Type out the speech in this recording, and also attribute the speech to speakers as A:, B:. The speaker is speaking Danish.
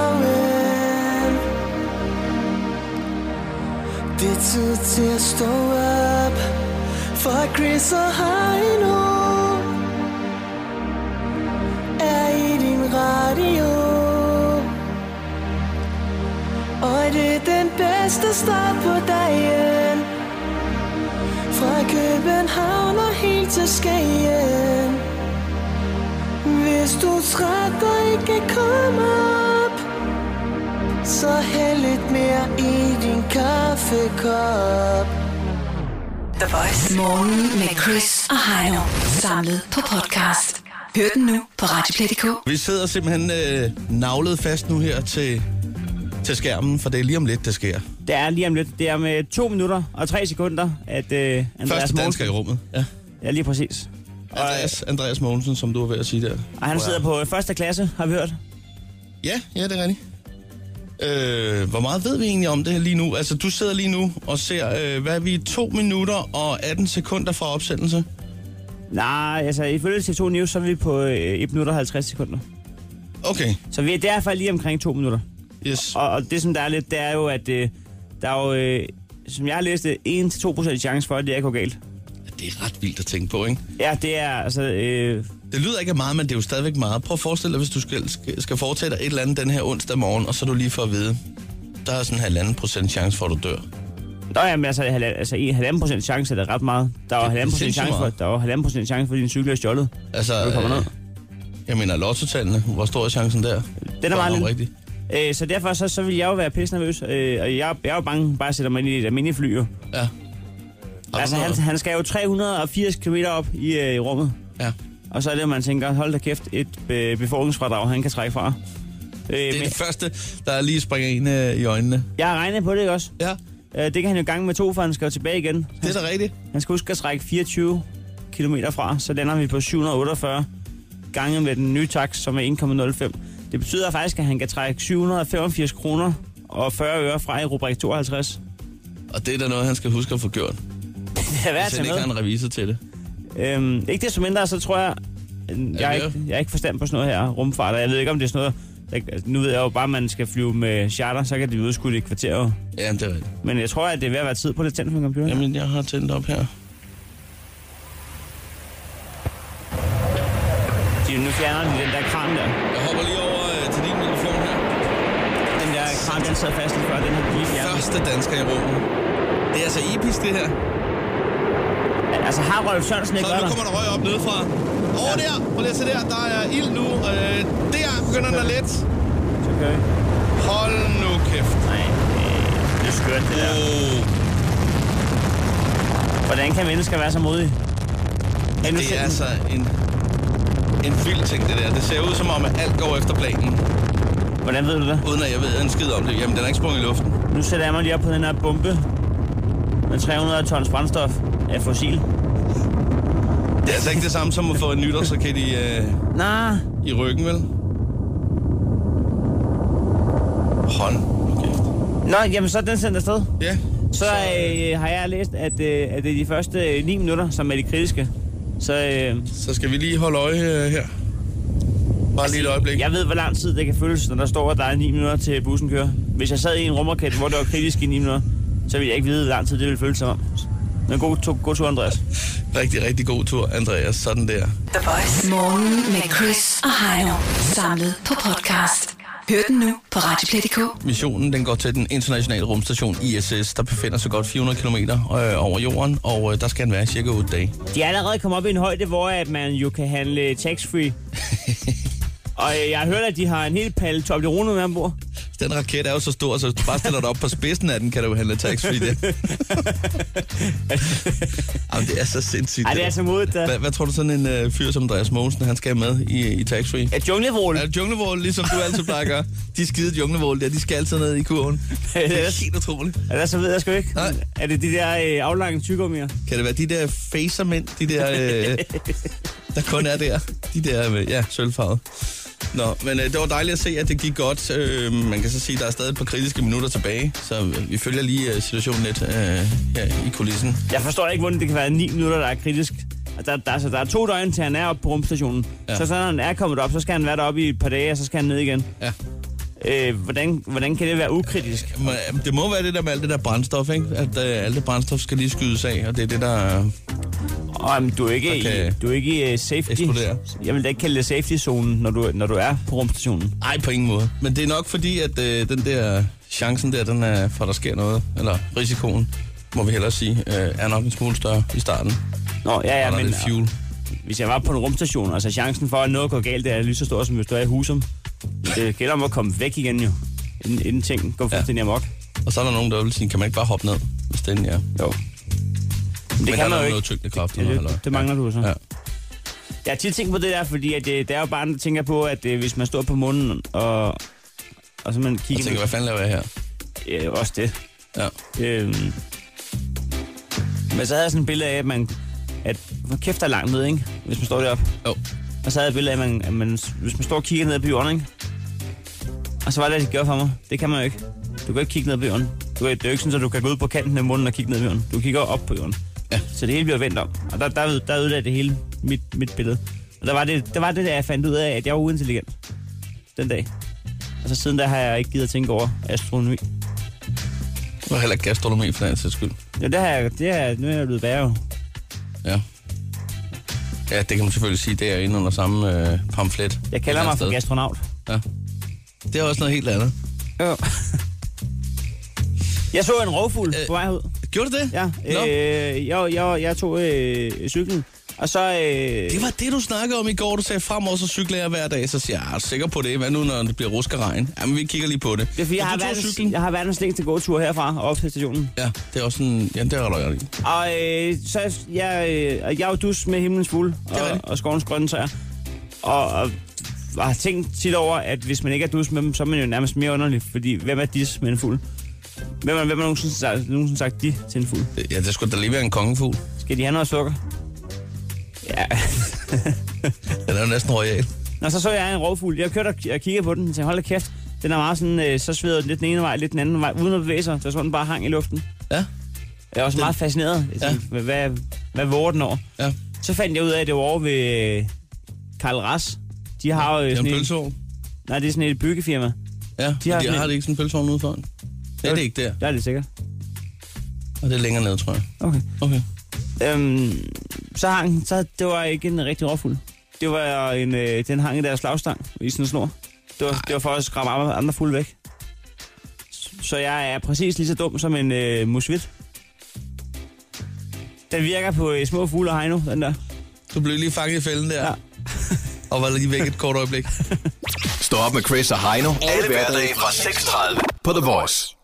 A: Godmorgen Det er tid til at stå op For Chris og Heino Er i din radio Og det er den bedste start på dagen Fra København og helt til Skagen hvis du er træt og ikke kan komme op Så hæld lidt mere i din kaffekop
B: The Voice. Morgen med Chris og Heino. Samlet på podcast. Hør den nu på Radioplay.dk.
C: Vi sidder simpelthen øh, navlet fast nu her til, til skærmen, for det er lige om lidt, det sker.
D: Det er lige om lidt. Det er med to minutter og tre sekunder, at øh, Andreas
C: Første dansker
D: Mogensen...
C: i rummet. Ja.
D: Ja, lige præcis.
C: Andreas, Andreas Mogensen, som du var ved at sige der.
D: Og han sidder på øh, første klasse, har vi hørt.
C: Ja, ja, det er rigtigt. Øh, hvor meget ved vi egentlig om det her lige nu? Altså, du sidder lige nu og ser, øh, hvad er vi to minutter og 18 sekunder fra opsendelse?
D: Nej, altså ifølge TV2 News, så er vi på øh, 1 minut og 50 sekunder.
C: Okay,
D: Så vi er derfor lige omkring to minutter.
C: yes.
D: Og, og det, som der er lidt, det er jo, at øh, der er jo, øh, som jeg har læst det, 1-2% chance for, at det ikke går galt.
C: Det er ret vildt at tænke på, ikke?
D: Ja, det er altså... Øh,
C: Det lyder ikke af meget, men det er jo stadigvæk meget. Prøv at forestille dig, hvis du skal, skal- skal foretage dig et eller andet den her onsdag morgen, og så du lige får at vide, der er sådan en halvanden procent chance for, at du dør.
D: Nå ja, men altså, halv- altså en halvanden procent chance er da ret meget. Der var
C: er
D: halvanden procent
C: sindssygt
D: chance for,
C: meget.
D: der var halvanden procent chance for, at din cykel er stjålet.
C: Altså,
D: når Du kommer
C: øh,
D: ned.
C: jeg mener lottotallene. Hvor stor er chancen der?
D: Den er meget lille.
C: rigtig.
D: Øh, så derfor så, så vil jeg jo være pisse nervøs. Øh, og jeg, jeg er jo bange, bare at sætte mig ind i et almindeligt fly. Jo.
C: Ja. Har
D: Altså,
C: du
D: han,
C: noget?
D: han skal jo 380 km op i, øh, i rummet.
C: Ja.
D: Og så er det, man tænker, hold da kæft, et øh, befordringsfradrag, han kan trække fra. Øh,
C: Det er
D: men
C: det første, der lige springer en øh, i øjnene.
D: jeg har regnet på det ikke også.
C: Ja,
D: Øh, det kan han jo i gang med to, for han skal jo tilbage igen.
C: det er da rigtigt.
D: Han skal huske at trække 24 km fra, så lander vi på 748 gange med den nye tax, som er 1,05. Det betyder faktisk, at han kan trække 785 kroner og 40 øre fra i rubrik 52.
C: Og det er da noget, han skal huske at få gjort.
D: Det er værd at
C: Hvis han ikke
D: tage
C: har
D: med.
C: en revisor til det.
D: Øhm, ikke desto mindre, så tror jeg, jeg, er
C: det
D: ikke, jeg er ikke forstand på sådan noget her rumfart, og jeg ved ikke, om det er sådan noget, der, nu ved jeg jo bare, at man skal flyve med charter, så kan det blive udskudt i et kvarter. jo.
C: Ja, det er rigtigt.
D: Men jeg tror, at det er ved at være tid på det tændt for en computer.
C: Jamen, jeg har tændt op her.
D: De, nu fjerner de den der kran der.
C: Jeg hopper lige over øh, til din mikrofon her.
D: Den der kran, den sad fast lige før, den har de lige fjernet.
C: Første dansker i rummet. Det er altså episk, det her.
D: Altså har Rolf Sørensen ikke
C: Så
D: været
C: nu
D: der?
C: kommer der røg op nedefra. Over der, prøv lige at se der, der er ild nu. Øh, der begynder den at let.
D: Okay.
C: Hold nu kæft.
D: Nej, øh, det er skørt det der.
C: Oh,
D: Hvordan kan mennesker være så modige? Ja, nu
C: det
D: ser
C: er
D: den-
C: altså en, en vild ting, det der. Det ser ud som om, at alt går efter planen,
D: Hvordan ved du det?
C: uden at jeg ved en skid om det. Jamen, den er ikke sprunget i luften.
D: Nu sætter jeg mig lige op på den her bombe med 300 tons brændstof af fossil.
C: Det er altså ikke det samme som at få en nytårsraket i, øh,
D: Nej.
C: i ryggen, vel? Hånd. nu kæft.
D: Nå, jamen så er den sendt afsted.
C: Ja.
D: Så øh, har jeg læst, at, øh, at det er de første øh, 9 minutter, som er de kritiske. Så øh,
C: Så skal vi lige holde øje øh, her. Bare lige et øjeblik.
D: jeg ved, hvor lang tid det kan føles, når der står, at der er 9 minutter til bussen kører. Hvis jeg sad i en rumraket, hvor det var kritisk i 9 minutter, så ville jeg ikke vide, hvor lang tid det ville føles som om. Men god, to, god tur, Andreas.
C: Rigtig, rigtig god tur, Andreas. Sådan der.
B: The Voice. Morgen med Chris og Heino. Samlet på podcast. Hør den nu på Radioplay.dk.
C: Missionen den går til den internationale rumstation ISS, der befinder sig godt 400 km øh, over jorden, og øh, der skal den være i cirka 8 dage.
D: De er allerede kommet op i en højde, hvor at man jo kan handle tax-free. Og øh, jeg har hørt, at de har en hel palle Toblerone med ombord.
C: Den raket er jo så stor, så hvis du bare stiller dig op på spidsen af den, kan du jo handle tax free det. Jamen, det er så sindssygt.
D: Ej, det er
C: der.
D: så modigt, da.
C: Hvad, hvad tror du sådan en øh, fyr som Andreas Mogensen, han skal have med i, i tax free?
D: Et junglevrål.
C: Er det junglevål, ligesom du altid plejer at gøre? De skide junglevål der, de skal altid ned i kurven. Det er helt utroligt.
D: Eller så ved jeg sgu ikke.
C: Nej.
D: Er det de der øh, aflange tyggegummier?
C: Kan det være de der facermænd, de der, øh, der kun er der? De der, øh, ja, sølvfarvet. Nå, men øh, det var dejligt at se, at det gik godt. Øh, man kan så sige, at der er stadig et par kritiske minutter tilbage, så øh, vi følger lige øh, situationen lidt øh, her i kulissen.
D: Jeg forstår ikke, hvordan det kan være 9 minutter, der er kritisk. Og Der, der, altså, der er to døgn til, han er oppe på rumstationen.
C: Ja.
D: Ja. Så så når han er kommet op, så skal han være deroppe i et par dage, og så skal han ned igen.
C: Ja.
D: Øh, hvordan, hvordan kan det være ukritisk?
C: Men, Det må være det der med alt det der brændstof, ikke? At øh, alt det brændstof skal lige skydes af, og det er det, der... øh,
D: Og jamen, du er ikke
C: Okay.
D: i, du er ikke i øh, safety...
C: Eksplodere.
D: Jeg vil da ikke kalde det safety-zonen, når du, når du er på rumstationen.
C: Ej, på ingen måde. Men det er nok fordi, at øh, den der chancen der, den er for, at der sker noget, eller risikoen, må vi hellere sige, øh, er nok en smule større i starten.
D: Nå, ja,
C: Ja,
D: ja,
C: men,
D: men
C: lidt fuel.
D: hvis jeg var på en rumstation, altså chancen for, at noget går galt, det er lige så stor, som hvis du er i husum. Men Det gælder om at komme væk igen jo, inden, inden ting går fuldstændig amok.
C: Og så er der nogen, der vil sige, kan man ikke bare hoppe ned, hvis den er...
D: Jo. Men det
C: Men
D: men
C: der er
D: kan man
C: noget
D: jo ikke.
C: tyngdekraft i
D: det,
C: noget,
D: det,
C: eller hvad?
D: det, det mangler du så.
C: Ja.
D: Ja. Jeg har tit tænkt på det der, fordi at, det, det er jo bare, der tænker på, at øh, hvis man står på munden og, og så man
C: Jeg
D: kigger...
C: tænker, hvad fanden laver jeg her?
D: øh, også det.
C: Ja.
D: Øhm. Men så havde jeg sådan et billede af, at man... At, hvor kæft der er langt ned, ikke? Hvis man står deroppe.
C: Jo.
D: Og så havde jeg et billede af, at, man, at man, hvis man står og kigger ned på jorden, ikke? Og så var det, det gjorde for mig. Det kan man jo ikke. Du kan ikke kigge ned på jorden. Du kan, det er jo ikke sådan, at du kan gå ud på kanten af munden og kigge ned på jorden. Du kigger op på jorden.
C: Ja.
D: Så det hele bliver vendt om. Og der, der, der ødelagde det hele mit, mit billede. Og der var, det, der var det, der jeg fandt ud af, at jeg var uintelligent den dag. Og så siden der har jeg ikke givet at tænke over astronomi.
C: Og heller ikke gastronomi for den sags skyld.
D: Jo, det har jeg, det har jeg, nu er jeg blevet værre jo.
C: Ja. Ja, det kan man selvfølgelig sige, det er inde under samme øh, pamflet.
D: Jeg kalder
C: Et
D: mig
C: eller
D: for
C: andet
D: gastronaut.
C: sted. Ja. Det er også noget helt andet.
D: Jo. jeg så en rovfugl øh. på vej ud.
C: Gjorde du det?
D: Ja,
C: Nå.
D: øh, jeg, jeg, jeg tog øh, cyklen, og så... Øh,
C: Det var det, du snakkede om i går. Du sagde, fremover så cykler jeg hver dag. Så siger jeg, "Jeg er sikker på det. Hvad nu, når det bliver rusk og regn? Jamen, vi kigger lige på det.
D: det er fordi,
C: Så
D: jeg har,
C: du tog
D: verdens,
C: cyklen?
D: jeg har verdens længste gåtur herfra og op til stationen.
C: Ja, det er også sådan... Jamen, det er jeg i.
D: Og øh, så er jeg, øh, og jeg er jo dus med himlens fuld
C: er
D: og,
C: rigtigt.
D: og skovens grønne træer. Og, og, og har tænkt tit over, at hvis man ikke er dus med dem, så er man jo nærmest mere underlig. Fordi hvem er dis med en fuld? Hvem har hvem har nogensinde, sagt- nogensinde sagt de til en fuld?
C: Ja, det skulle da lige være en kongefugl.
D: Skal de have noget sukker? Ja.
C: Den er jo næsten royal.
D: Nå, så så jeg en rovfugl. Jeg kørte og k- og kiggede på den, og tænkte, hold da kæft. Den er meget sådan, øh, så sveder den lidt den ene vej, lidt den anden vej, uden at bevæge sig. Så sådan den bare hang i luften.
C: Ja,
D: Jeg var også
C: Den-
D: meget fascineret. Jeg
C: Ja.
D: tænkte, hvad, hvad, hvad våger den over?
C: ja.
D: Så fandt jeg ud af, at det var over ved øh, Karl Ras. De har jo øh,
C: Det er
D: sådan
C: en
D: et,
C: pølsevogn.
D: nej, det er sådan et byggefirma.
C: Ja, de
D: De har
C: har, de
D: sådan
C: har
D: en-
C: det ikke sådan en pølsevogn ude foran. Ja, det er ikke der.
D: Der er det sikkert.
C: Og det er længere ned, tror jeg.
D: Okay.
C: Okay.
D: Øhm, så hang den, så det var ikke en rigtig råfugl. Det var en, øh, den hang i deres slagstang i sådan en snor. Det var, det var for at skræmme andre, andre fugle væk. S- Så jeg er præcis lige så dum som en øh, musvit. Den virker på øh, små fugle og hegno, den der.
C: Du blev lige fanget i fælden der.
D: Ja.
C: og var lige væk et kort øjeblik.
E: Stå op med Chris og Heino. Alle hverdage fra 6.30 på The Voice.